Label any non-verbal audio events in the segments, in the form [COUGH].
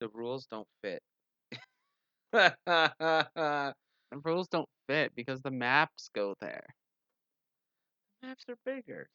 The rules don't fit. [LAUGHS] the The rules don't fit because the maps go there. maps are bigger.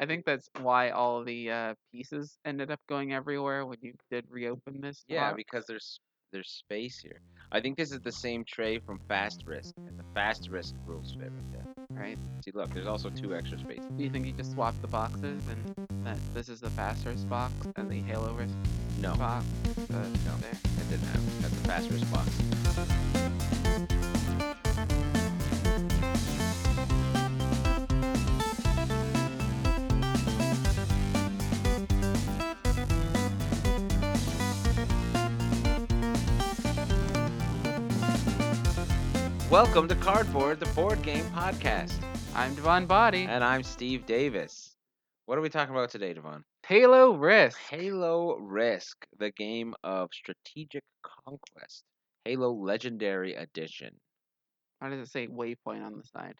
I think that's why all the uh, pieces ended up going everywhere when you did reopen this. Yeah, spot. because there's there's space here. I think this is the same tray from Fast Risk, and the Fast Risk rules fit right there. right. See, look, there's also two extra spaces. Do you think you just swap the boxes and that this is the fast risk box and the Halo risk No, it box? Uh, No. there? didn't happen. That's the Fast Risk box. Welcome to Cardboard, the board game podcast. I'm Devon Body. And I'm Steve Davis. What are we talking about today, Devon? Halo risk. Halo Risk, the game of strategic conquest. Halo Legendary Edition. How does it say waypoint on the side?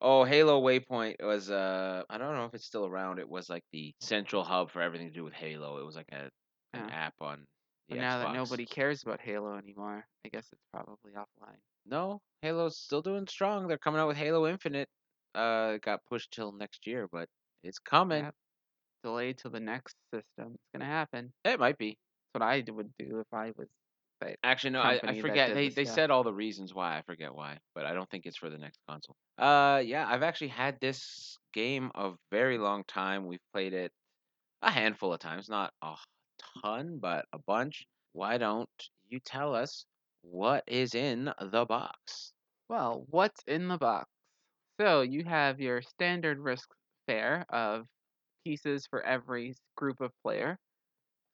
Oh, Halo Waypoint was uh I don't know if it's still around. It was like the central hub for everything to do with Halo. It was like a an Yeah. app on the But now Xbox. that nobody cares about Halo anymore, I guess it's probably offline. No, Halo's still doing strong. They're coming out with Halo Infinite. Uh it got pushed till next year, but it's coming. Yep. Delayed till the next system. It's gonna happen. It might be. That's what I d- would do if I was. Actually, no, I, company I that forget. did They this, they yeah. said all the reasons why. I forget why, but I don't think it's for the next console. Uh, yeah, I've actually had this game a very long time. We've played it a handful of times, not a ton, but a bunch. Why don't you tell us what is in the box? Well, what's in the box? So you have your standard risk fare of pieces for every s- group of player,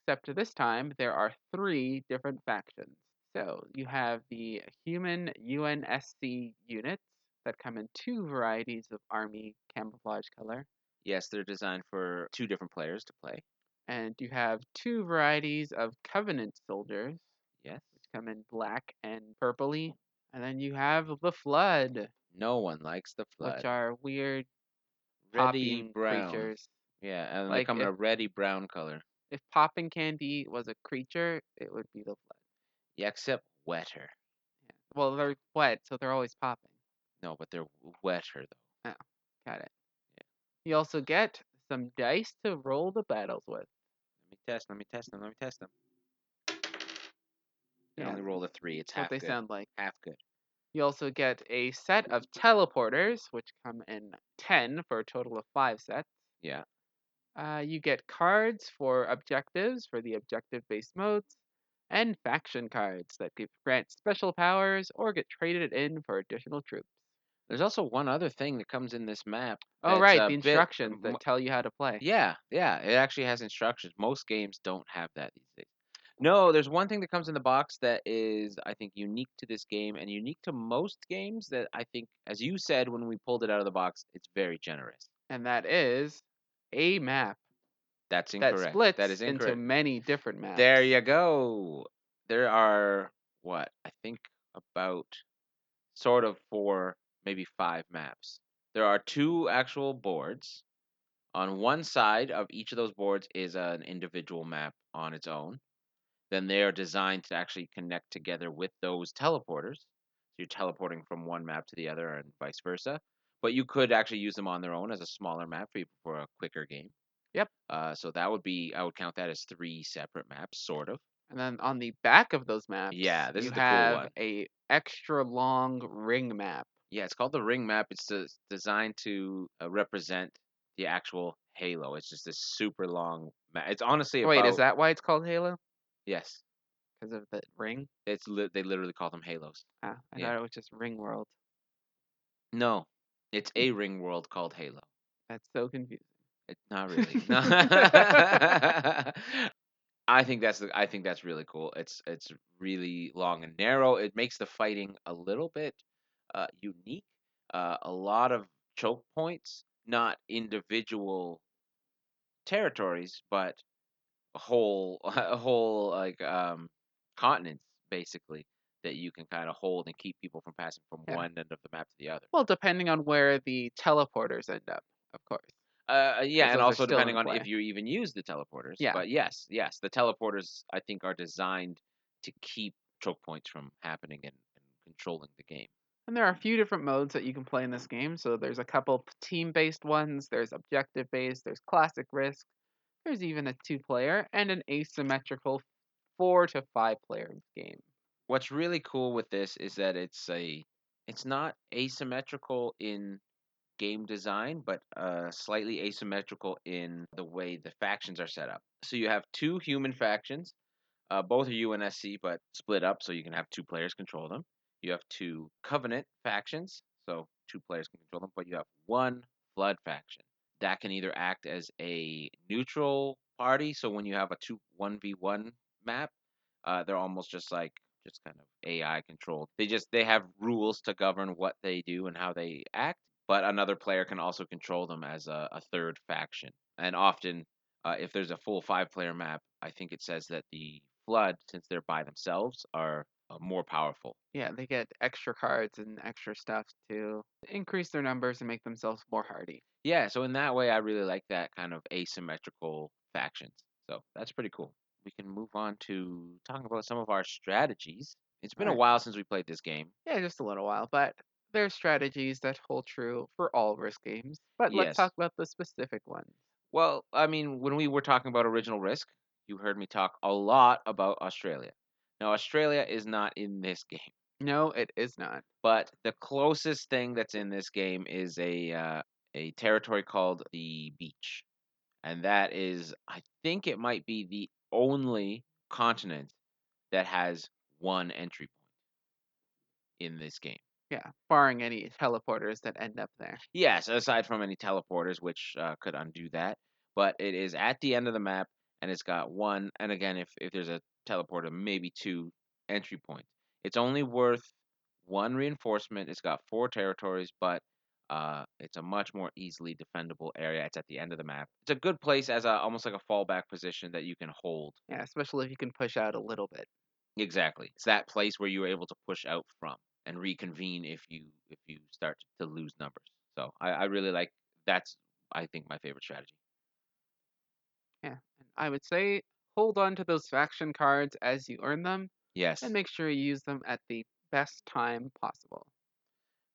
except to this time there are three different factions. So you have the human UNSC units that come in two varieties of army camouflage color, Yes, they're designed for two different players to play. and you have two varieties of covenant soldiers Yes. come in black and purpley, and then you have the flood, No one likes the flood. which are weird Reddy popping brown. creatures. Yeah, and they Like come in if- a reddy brown color. If popping candy was a creature, it would be the flood. Yeah, except wetter. Well, they're wet, so they're always popping. No, but they're wetter though. Got it. You also get some dice to roll the battles with. Let me test. Let me test them. Let me test them. They Yeah, only roll a three. It's that's what half they good. sound like. half good. You also get a set of teleporters, which come in 10 for a total of 5 sets. Yeah. Uh, you get cards for objectives, for the objective based modes, and faction cards that give, grant special powers or get traded in for additional troops. There's also one other thing that comes in this map. Oh, that's right, a the bit- instructions mo- that tell you how to play. Yeah, yeah. It actually has instructions. Most games don't have that these days. No, there's one thing that comes in the box that is, I think, unique to this game and unique to most games that I think, as you said when we pulled it out of the box, it's very generous. And that is a map That's that incorrect. splits that is into incorrect. many different maps. There you go. There are what I think about sort of four, maybe five maps. There are two actual boards. On one side of each of those boards is an individual map on its own. Then they are designed to actually connect together with those teleporters. So you're teleporting from one map to the other and vice versa. But you could actually use them on their own as a smaller map for, for a quicker game. Yep. Uh, so that would be, I would count that as three separate maps, sort of. And then on the back of those maps, Yeah, this you is the cool have one. a extra long ring map. Yeah, it's called the ring map. It's des- designed to uh, represent the actual Halo. It's just this super long map. It's honestly Wait, is about- that why it's called Halo? yes? Because of the ring? It's li- they literally call them Halos. Ah, I Yeah. thought it was just Ring World. No, it's Hmm. a ring world called Halo. That's so confusing. It's not really. [LAUGHS] No. I think that's the, I think that's really cool. It's it's really long and narrow. It makes the fighting a little bit uh, unique. Uh, a lot of choke points, not individual territories, but a whole [LAUGHS] a whole like um, continents basically that you can kind of hold and keep people from passing from Yeah. one end of the map to the other. Well, depending on where the teleporters end up, of course. Uh, yeah, and Because those are also still depending in on play. if you even use the teleporters. Yeah. But yes, yes, the teleporters I think are designed to keep choke points from happening and, and controlling the game. And there are a few different modes that you can play in this game. So there's a couple team based ones, there's objective based, there's classic risk, there's even a two player and an asymmetrical four to five player game. What's really cool with this is that it's a it's not asymmetrical in game design, but uh, slightly asymmetrical in the way the factions are set up. So you have two human factions, uh, both are UNSC, but split up so you can have two players control them. You have two Covenant factions, so two players can control them, but you have one Flood faction that can either act as a neutral party. So when you have a two one v one map, uh, they're almost just like just kind of AI controlled. They just they have rules to govern what they do and how they act, but another player can also control them as a, a third faction. And often, uh, if there's a full five player map, I think it says that the Flood, since they're by themselves, are uh, more powerful. Yeah, they get extra cards and extra stuff to increase their numbers and make themselves more hardy. Yeah, so in that way, I really like that kind of asymmetrical factions. So that's pretty cool. We can move on to talking about some of our strategies. It's been a Alright. while since we played this game. Yeah, just a little while, but there are strategies that hold true for all risk games. But Yes. let's talk about the specific ones. Well, I mean, when we were talking about original risk, you heard me talk a lot about Australia. Now, Australia is not in this game, No, it is not. but the closest thing that's in this game is a uh, a territory called the beach, and that is, I think, it might be the only continent that has one entry point in this game. Yeah, barring any teleporters that end up there. Yes, aside from any teleporters, which uh, could undo that. But it is at the end of the map, and it's got one. And again, if, if there's a teleporter, maybe two entry points. It's only worth one reinforcement. It's got four territories, but uh, it's a much more easily defendable area. It's at the end of the map. It's a good place as a almost like a fallback position that you can hold. Yeah, especially if you can push out a little bit. Exactly. It's that place where you were able to push out from and reconvene if you if you start to lose numbers. So I, I really like that's I think my favorite strategy. Yeah, and I would say hold on to those faction cards as you earn them, Yes. and make sure you use them at the best time possible.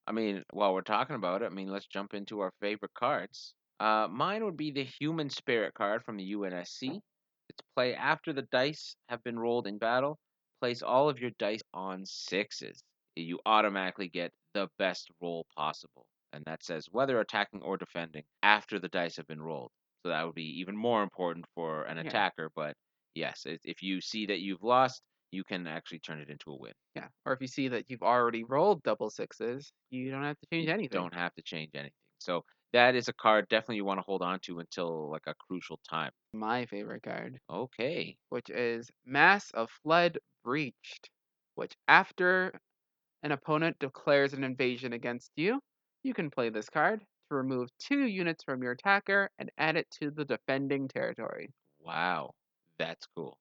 I mean, while we're talking about it, I mean let's jump into our favorite cards. Uh, mine would be the human spirit card from the UNSC. It's play after the dice have been rolled in battle. Place all of your dice on sixes. You automatically get the best roll possible. And that says whether attacking or defending after the dice have been rolled. So that would be even more important for an Yeah. attacker. But yes, i- if you see that you've lost, you can actually turn it into a win. Yeah, or if you see that you've already rolled double sixes, you don't have to change you anything. don't have to change anything. So that is a card definitely you want to hold on to until like a crucial time. My favorite card, Okay. which is Mass of Flood Breached, which after an opponent declares an invasion against you, you can play this card to remove two units from your attacker and add it to the defending territory. Wow. That's cool.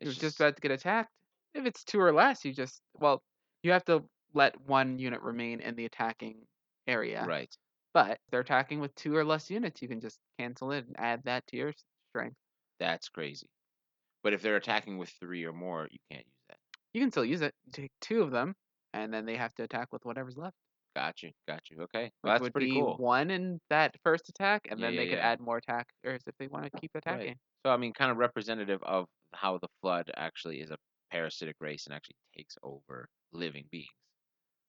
You're just about to get attacked. If it's two or less, you just well, you have to let one unit remain in the attacking area. right. But if they're attacking with two or less units, you can just cancel it and add that to your s- strength. That's crazy. But if they're attacking with three or more, you can't use that. You can still use it. Take two of them, and then they have to attack with whatever's left, Got you. Got you. Okay. which Well, that's would pretty be cool. one in that first attack, and Yeah, then yeah, they could yeah. add more attackers if they want to keep attacking. So I mean, kind of representative of how the flood actually is a parasitic race and actually takes over living beings.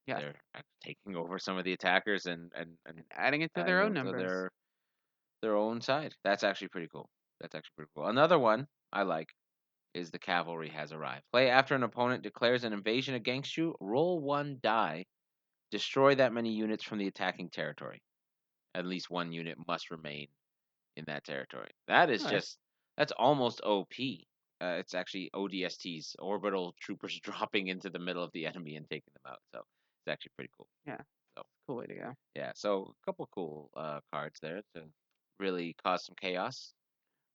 Yeah. They're act- taking over some of the attackers and and and and adding it to adding their own them to numbers. their their own side. That's actually pretty cool. That's actually pretty cool. Another one I like is the cavalry has arrived. Play after an opponent declares an invasion against you. Roll one die. Destroy that many units from the attacking territory. At least one unit must remain in that territory. That is Alright. just that's almost OP. Uh, it's actually ODSTs, orbital troopers [LAUGHS] dropping into the middle of the enemy and taking them out. So it's actually pretty cool. Cool way to go. Yeah, so a couple cool uh, cards there to really cause some chaos.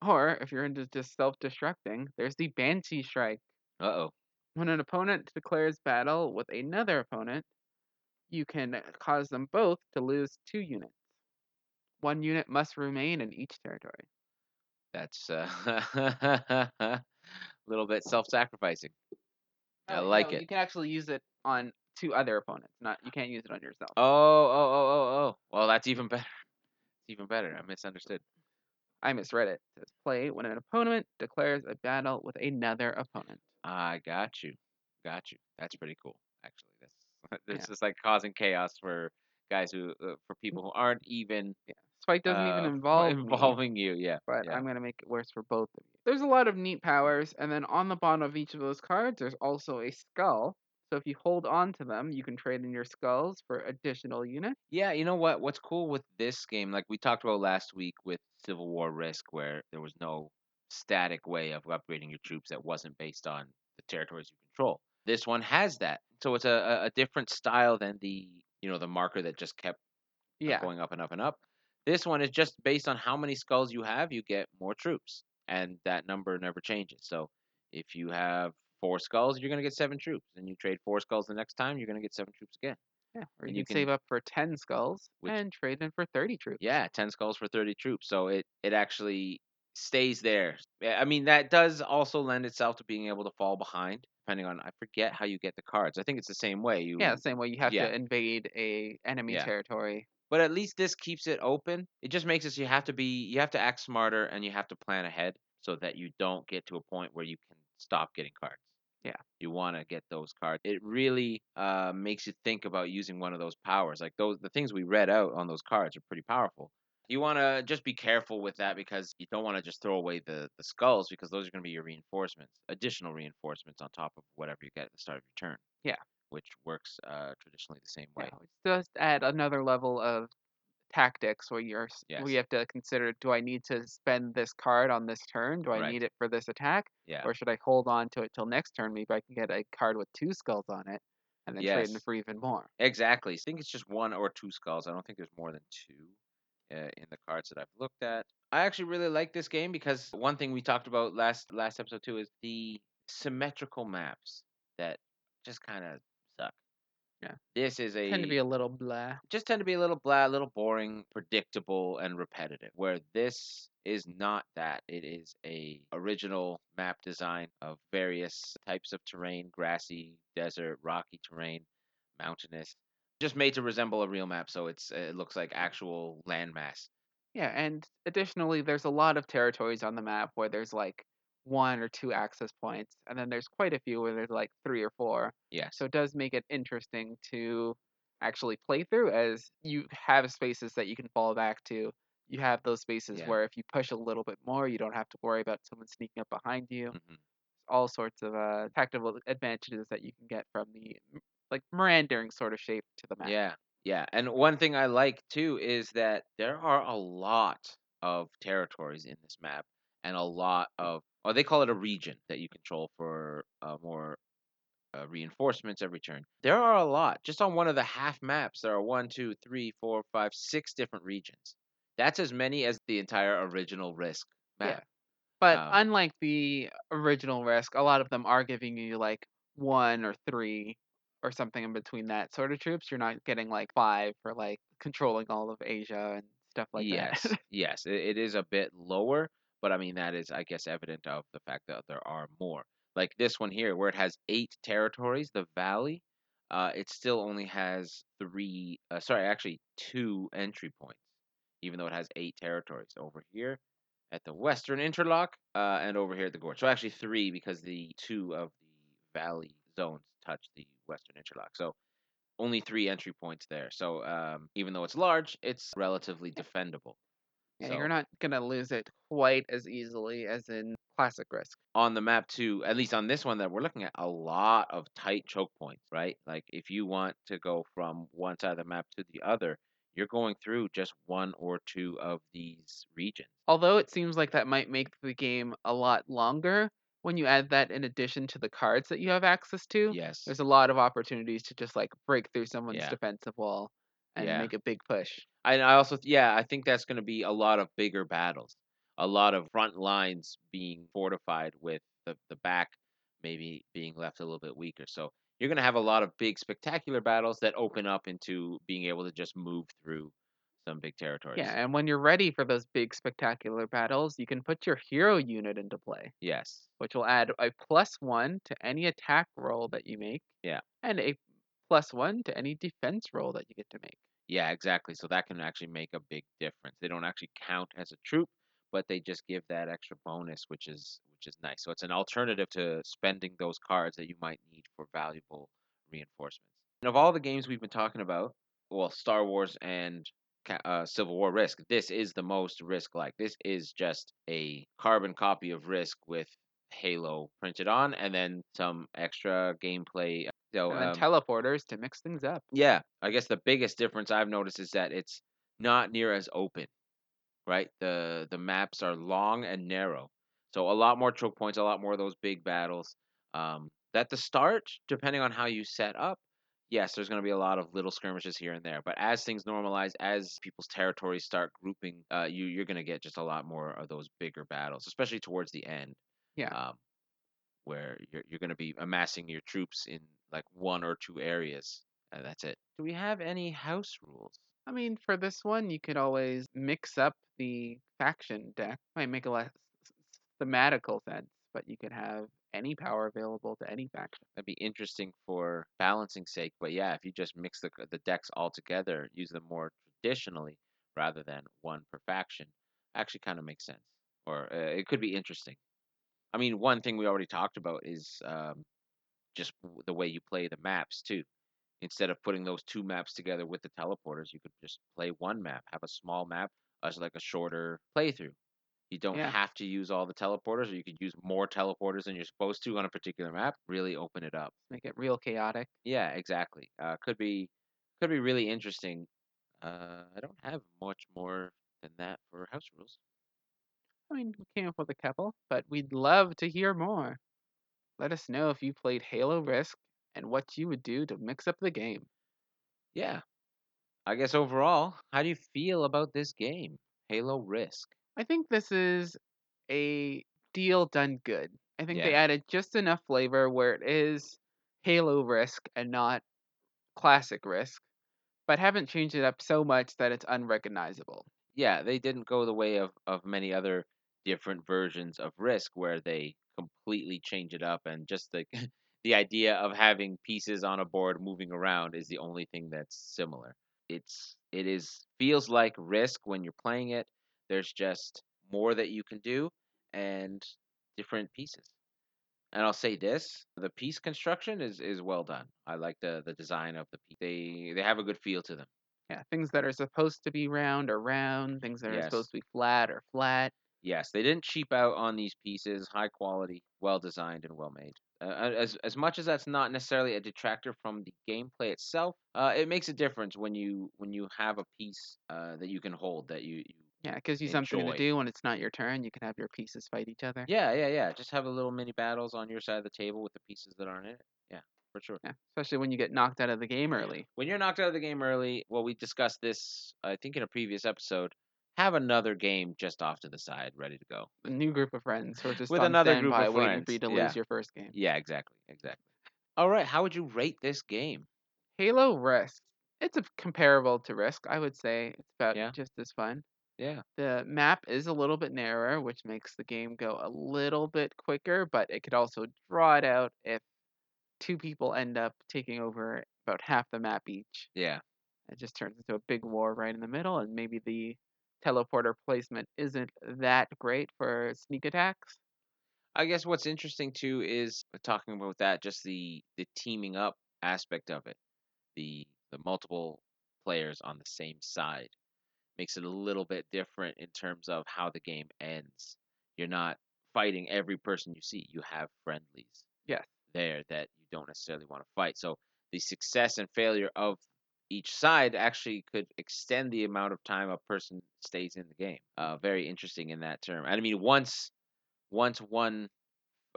Or if you're into just self-destructing, there's the Banshee Strike. Uh oh. When an opponent declares battle with uh, another opponent, you can cause them both to lose two units. One unit must remain in each territory. That's uh, a [LAUGHS] little bit self-sacrificing. I No, like no, it. You can actually use it on two other opponents. Not you can't use it on yourself. Oh, oh, oh, oh, oh. Well, that's even better. It's even better. I misunderstood. I misread it. It says play when an opponent declares a battle with another opponent. I got you. Got you. That's pretty cool, actually. That's [LAUGHS] this Yeah. is like causing chaos for guys who uh, for people who aren't even Spike doesn't uh, even f- involve me, involving you. Yeah. but yeah. I'm gonna make it worse for both of you. There's a lot of neat powers, and then on the bottom of each of those cards, there's also a skull. So if you hold on to them, you can trade in your skulls for additional units. Yeah, you know what? What's cool with this game, like we talked about last week with Civil War Risk, where there was no static way of upgrading your troops that wasn't based on the territories you control. This one has that, so it's a, a, a different style than the you know the marker that just kept uh, Yeah, going up and up and up. This one is just based on how many skulls you have, you get more troops, and that number never changes. So if you have four skulls, you're gonna get seven troops, and you trade four skulls the next time, you're gonna get seven troops again. yeah. Or And you, you can, save up for ten skulls Which- and trade in for thirty troops. Yeah, ten skulls for thirty troops. So it it actually stays there. Yeah, I mean, that does also lend itself to being able to fall behind, depending on I forget how you get the cards. I think it's the same way. You Yeah, same way you have yeah. to invade a enemy Yeah. territory. but at least this keeps it open. It just makes us you have to be you have to act smarter and you have to plan ahead so that you don't get to a point where you can stop getting cards. Yeah. You want to get those cards. It really uh, makes you think about using one of those powers. Like those the things we read out on those cards are pretty powerful. You want to just be careful with that because you don't want to just throw away the the skulls because those are going to be your reinforcements, additional reinforcements on top of whatever you get at the start of your turn. Yeah. Which works uh, traditionally the same way. Yeah, it's just add another level of tactics where you're s- Yes. where you have to consider do I need to spend this card on this turn? Do I Right. need it for this attack? Yeah. Or should I hold on to it till next turn? Maybe I can get a card with two skulls on it and then trade in Yes. for even more. Exactly. I think it's just one or two skulls. I don't think there's more than two uh, in the cards that I've looked at. I actually really like this game because one thing we talked about last last episode too is the symmetrical maps that just kind of suck. Yeah. This is a, Tend to be a little blah. just tend to be a little blah, a little boring, predictable, and repetitive. Where this is not that. It is a original map design of various types of terrain: grassy, desert, rocky terrain, mountainous. Just made to resemble a real map, so it's it looks like actual landmass. Yeah, and additionally there's a lot of territories on the map where there's like one or two access points and then there's quite a few where there's like three or four Yes. So it does make it interesting to actually play through as you have spaces that you can fall back to. You have those spaces Yeah. where if you push a little bit more, you don't have to worry about someone sneaking up behind you. Mhm. All sorts of uh, tactical advantages that you can get from the m- like Mirandering sort of shape to the map. Yeah, yeah. And one thing I like too is that there are a lot of territories in this map, and a lot Mm. of or they call it a region that you control for uh, more uh, reinforcements every turn. There are a lot. Just on one of the half maps, there are one, two, three, four, five, six different regions. That's as many as the entire original Risk Yeah. map. But Um, unlike the original Risk, a lot of them are giving you like one or three or something in between that sort of troops. You're not getting like five for like controlling all of Asia and stuff like yes, [LAUGHS] that. yes, it, it is a bit lower, but I mean that is, I guess, evident of the fact that there are more. Like this one here, where it has eight territories, the valley, uh, it still only has three. Uh, sorry, actually, two entry points, even though it has eight territories over here at the western interlock uh, and over here at the gorge. So actually three because the two of the valley zones touch the western interlock. So only three entry points there. So um, even though it's large, it's relatively defendable. Yeah, So- you're not gonna lose it quite as easily as in classic risk. on the map too, at least on this one that we're looking at, a lot of tight choke points, right? Like if you want to go from one side of the map to the other, you're going through just one or two of these regions. Although it seems like that might make the game a lot longer when you add that in addition to the cards that you have access to. Yes. There's a lot of opportunities to just like break through someone's Yeah. defensive wall and Yeah. make a big push. And I also, yeah, I think that's going to be a lot of bigger battles, a lot of front lines being fortified with the, the back maybe being left a little bit weaker. So you're going to have a lot of big, spectacular battles that open up into being able to just move through some big territories. Yeah, and when you're ready for those big spectacular battles, you can put your hero unit into play, Yes. which will add a plus one to any attack roll that you make. Yeah. And a plus one to any defense roll that you get to make. Yeah, exactly. So that can actually make a big difference. They don't actually count as a troop, but they just give that extra bonus, which is which is nice. So it's an alternative to spending those cards that you might need for valuable reinforcements. And of all the games we've been talking about, well, Star Wars and Ca- uh, Civil War Risk, this is the most Risk like. This is just a carbon copy of Risk with Halo printed on, and then some extra gameplay. So and then um, teleporters to mix things up. yeah, I guess the biggest difference I've noticed is that it's not near as open, right? The the maps are long and narrow, so a lot more choke points, a lot more of those big battles. Um, at the start, depending on how you set up, yes, there's going to be a lot of little skirmishes here and there. But as things normalize, as people's territories start grouping, uh, you you're going to get just a lot more of those bigger battles, especially towards the end. Yeah. Um, where you're you're going to be amassing your troops in like one or two areas and Uh, that's it. Do we have any house rules? I mean, for this one, you could always mix up the faction deck. Might make a less thematical sense, but you could have any power available to any faction. That'd be interesting for balancing sake, but yeah, if you just mix the the decks all together, use them more traditionally rather than one per faction, actually kind of makes sense. Or uh, it could be interesting. I mean, one thing we already talked about is um, just w- the way you play the maps too. Instead of putting those two maps together with the teleporters, you could just play one map, have a small map as like a shorter playthrough. You don't Yeah. have to use all the teleporters, or you could use more teleporters than you're supposed to on a particular map. Really open it up. Make it real chaotic. Yeah, exactly. Uh, could be could be really interesting. Uh, I don't have much more than that for house rules. I mean, we came up with a couple, but we'd love to hear more. Let us know if you played Halo Risk and what you would do to mix up the game. Yeah, I guess overall, how do you feel about this game, Halo Risk? I think this is a deal done good. I think they Yeah. added just enough flavor where it is Halo Risk and not classic Risk, but haven't changed it up so much that it's unrecognizable. yeah, they didn't go the way of, of many other different versions of Risk where they completely change it up and just the [LAUGHS] the idea of having pieces on a board moving around is the only thing that's similar. It's it is feels like Risk when you're playing it. There's just more that you can do and different pieces. And I'll say this: the piece construction is is well done. I like the the design of the piece. They they have a good feel to them. Yeah, things that are supposed to be round are round, things that are Yes. supposed to be flat are flat. yes, they didn't cheap out on these pieces. High quality, well designed, and well made. Uh, as as much as that's not necessarily a detractor from the gameplay itself, uh, it makes a difference when you when you have a piece uh, that you can hold that you, you Yeah, it gives you something Enjoy. to do when it's not your turn. You can have your pieces fight each other. yeah yeah yeah just have a little mini battles on your side of the table with the pieces that aren't in it. Yeah, for sure. Yeah, especially when you get knocked out of the game early. when you're knocked out of the game early, well, we discussed this, I think, in a previous episode. Have another game just off to the side, ready to go. A new group of friends who are just With on another group standby of waiting for friends, you to yeah. lose your first game. Yeah, exactly, exactly. All right, how would you rate this game? Halo Risk. It's a, comparable to Risk, I would say. It's about Yeah. just as fun. Yeah, The map is a little bit narrower, which makes the game go a little bit quicker, but it could also draw it out if two people end up taking over about half the map each. yeah, It just turns into a big war right in the middle, and maybe the teleporter placement isn't that great for sneak attacks. I guess what's interesting too is uh, talking about that just the the teaming up aspect of it. The the multiple players on the same side makes it a little bit different in terms of how the game ends. You're not fighting every person you see. You have friendlies Yes. there that you don't necessarily want to fight. So the success and failure of each side actually could extend the amount of time a person stays in the game. Uh, very interesting in that term. And I mean, once once one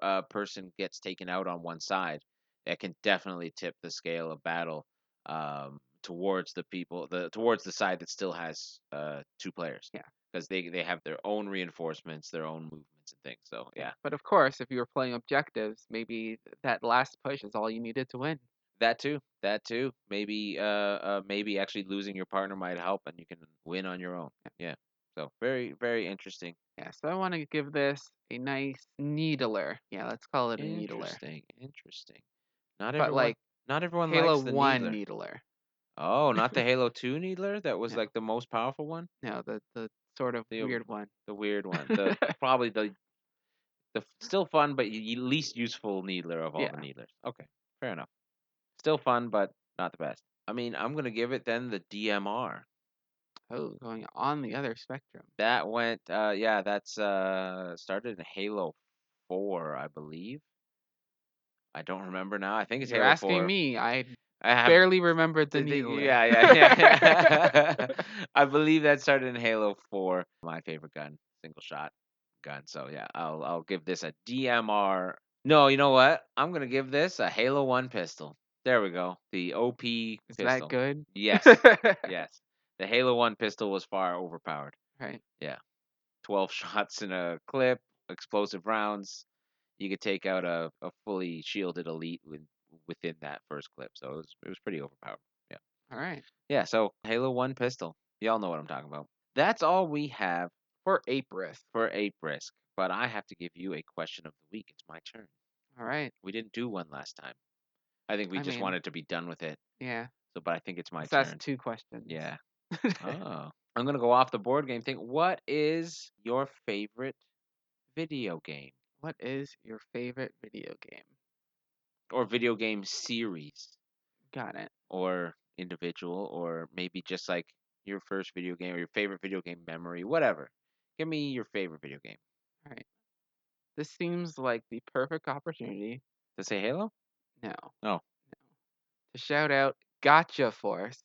uh, person gets taken out on one side, that can definitely tip the scale of battle um, towards the people, the towards the side that still has uh, two players. Yeah. because they they have their own reinforcements, their own movements and things. So yeah, But of course, if you were playing objectives, maybe that last push is all you needed to win. That too. That too. Maybe uh, uh maybe actually losing your partner might help and you can win on your own. Yeah. So very very interesting. Yeah, so I want to give this a nice needler. Yeah, let's call it a needler. Interesting. Interesting. Not But everyone like not everyone Halo likes the 1 needler. needler. Oh, not [LAUGHS] the Halo 2 needler that was No. like the most powerful one, No, the, the sort of The- weird one. the weird one. The [LAUGHS] probably the the f- still fun but y- y- least useful needler of all the Yeah. needlers. Okay. Fair enough. Still fun but not the best. I mean, I'm going to give it then the DMR. Oh, going on the other spectrum. That went uh yeah, that's uh started in Halo 4, I believe. I don't remember now. I think it's You're Halo asking 4. me. I I have barely remembered the I think- needler. Yeah, yeah, yeah. [LAUGHS] I believe that started in Halo 4. My favorite gun, single shot gun. So yeah, I'll I'll give this a DMR. No, you know what? I'm gonna give this a Halo 1 pistol. There we go. The OP Is pistol. that good? [LAUGHS] Yes, yes. The Halo 1 pistol was far overpowered. Right. 12 [LAUGHS] shots in a clip, explosive rounds. You could take out a, a fully shielded elite with, within that first clip. So it was, it was pretty overpowered. All right. Yeah, so Halo 1 pistol. Y'all know what I'm talking about. That's all we have For Aprith. for Ape Risk, but I have to give you a question of the week. It's my turn. All right. We didn't do one last time. I think we I just mean- wanted to be done with it. Yeah. So, but I think it's my so that's turn. two questions. Yeah. [LAUGHS] oh. I'm going to go off the board game thing. What is your favorite video game What is your favorite video game? or video game series? Got it. or individual or maybe just like your first video game or your favorite video game memory whatever give me your favorite video game This seems like the perfect opportunity. to say halo No. Oh. To shout out Gotcha Force,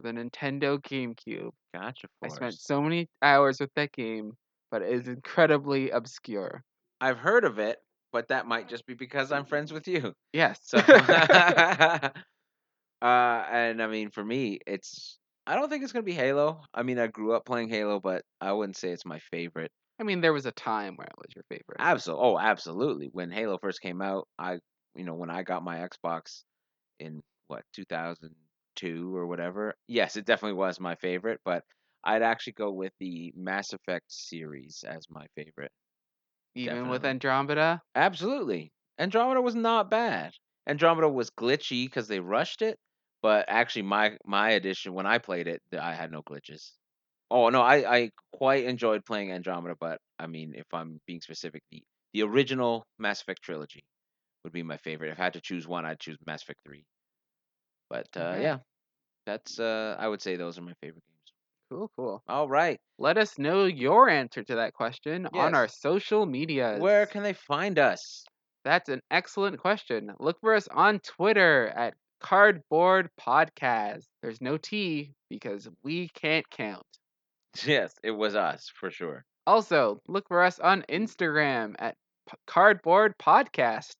the Nintendo GameCube. gotcha I force. spent so many hours with that game, but it is incredibly obscure. i've heard of it but that might just be because i'm friends with you [LAUGHS] Yes. so uh and i mean for me it's i don't think it's gonna be halo i mean i grew up playing halo but i wouldn't say it's my favorite I mean, there was a time where it was your favorite. Absolutely. Oh, absolutely. When Halo first came out, I, you know, when I got my Xbox in what 2002 or whatever, yes, it definitely was my favorite. But I'd actually go with the Mass Effect series as my favorite. Even with definitely. Andromeda. Absolutely. Andromeda was not bad. Andromeda was glitchy because they rushed it, but actually, my my edition when I played it, th- I had no glitches. Oh no, I I quite enjoyed playing Andromeda, but I mean, if I'm being specific, the the original Mass Effect trilogy would be my favorite. If I had to choose one, I'd choose Mass Effect three. But uh, Okay. yeah, that's uh, I would say those are my favorite games. Cool, cool. All right, Let us know your answer to that question on Yes. our social media. where can they find us? [LAUGHS] That's an excellent question. Look for us on Twitter at Cardboard Podcast. There's no T because we can't count. Yes, it was us for sure. Also, look for us on Instagram at P- Cardboard Podcast.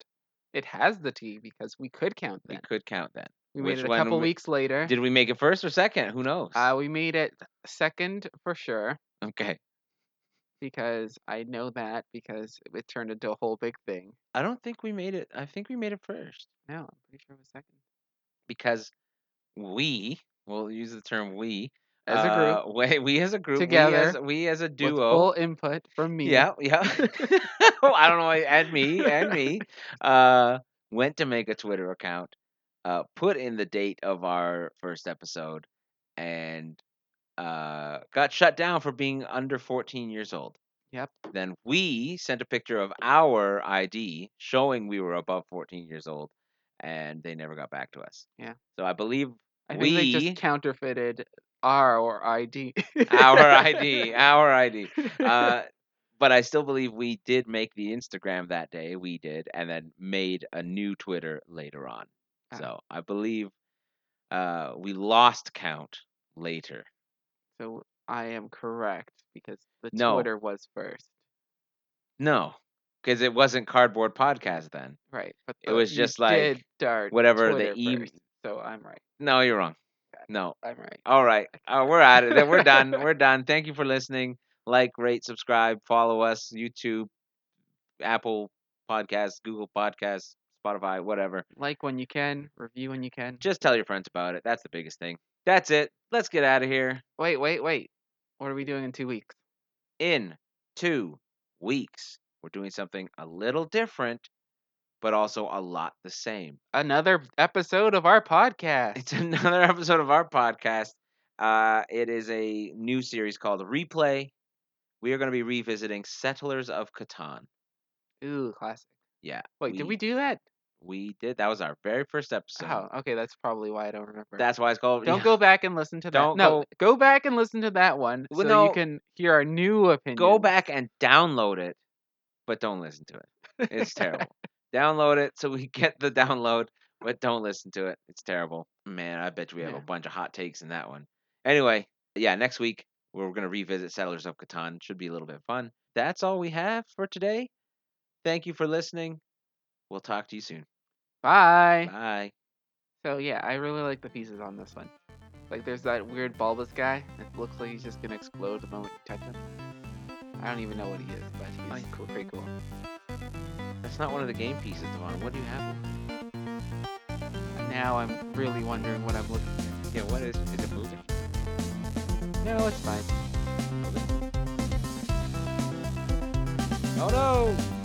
It has the T because we could count We then. could count that. We made which it a one couple we- weeks later. Did we make it first or second? Who knows? Uh, we made it second for sure okay. because I know that because it turned into a whole big thing. I don't think we made it. I think we made it first No, I'm pretty sure it was second. because we, we'll use the term we, As a group, uh, [LAUGHS] we, we as a group, we as, Together, we as a with duo. full input from me. Yeah, yeah. [LAUGHS] [LAUGHS] Oh, I don't know. And me, and me, uh, went to make a Twitter account, uh, put in the date of our first episode, and uh, got shut down for being under 14 years old. Yep. Then we sent a picture of our ID showing we were above 14 years old, and they never got back to us. Yeah. So I [LAUGHS] believe I think they We- just counterfeited our or ID. our [LAUGHS] ID, our ID. Uh, but I still believe we did make the Instagram that day. We did, and then made a new Twitter later on. Ah. So I believe uh, we lost count later. so I am correct because the No. Twitter was first. No, because it wasn't Cardboard Podcast then. Right. But It the- was you just like did start whatever the Twitter em- first, so I'm right. No, you're wrong. No, I'm right. All right. Uh, we're at it. Then We're done. We're done. Thank you for listening. Like, rate, subscribe, follow us, YouTube, Apple Podcasts, Google Podcasts, Spotify, whatever. Like when you can, review when you can. Just tell your friends about it. That's the biggest thing. That's it. Let's get out of here. Wait, wait, wait. What are we doing in two weeks? In two weeks, we're doing something a little different, but also a lot the same. [LAUGHS] Another episode of our podcast. It's another episode of our podcast. Uh, it is a new series called Replay. We are going to be revisiting Settlers of Catan. Ooh, classic. Yeah, Wait, did we- we do that? We did. That was our very first episode. oh, okay. That's probably why I don't remember. [LAUGHS] That's why it's called. [LAUGHS] don't yeah. go back and listen to that. Don't no, go, back and listen to that one Well, so no. you can hear our new opinion. go back and download it, but don't listen to it. It's terrible. download it so we get the download, but don't listen to it. It's terrible. Man, I bet you we have Yeah. a bunch of hot takes in that one. Anyway, yeah, next week we're going to revisit Settlers of Catan. Should be a little bit fun. That's all we have for today. Thank you for listening. We'll talk to you soon. Bye. Bye. So yeah, I really like the pieces on this one. Like there's that weird bulbous guy. It looks like he's just gonna explode the moment you touch him. I don't even know what he is, but he's Like- cool, pretty cool. That's not one of the game pieces, Devon. What do you have? And now I'm really wondering what I'm looking at. Yeah, what is? Is it moving? No, it's fine. Oh no!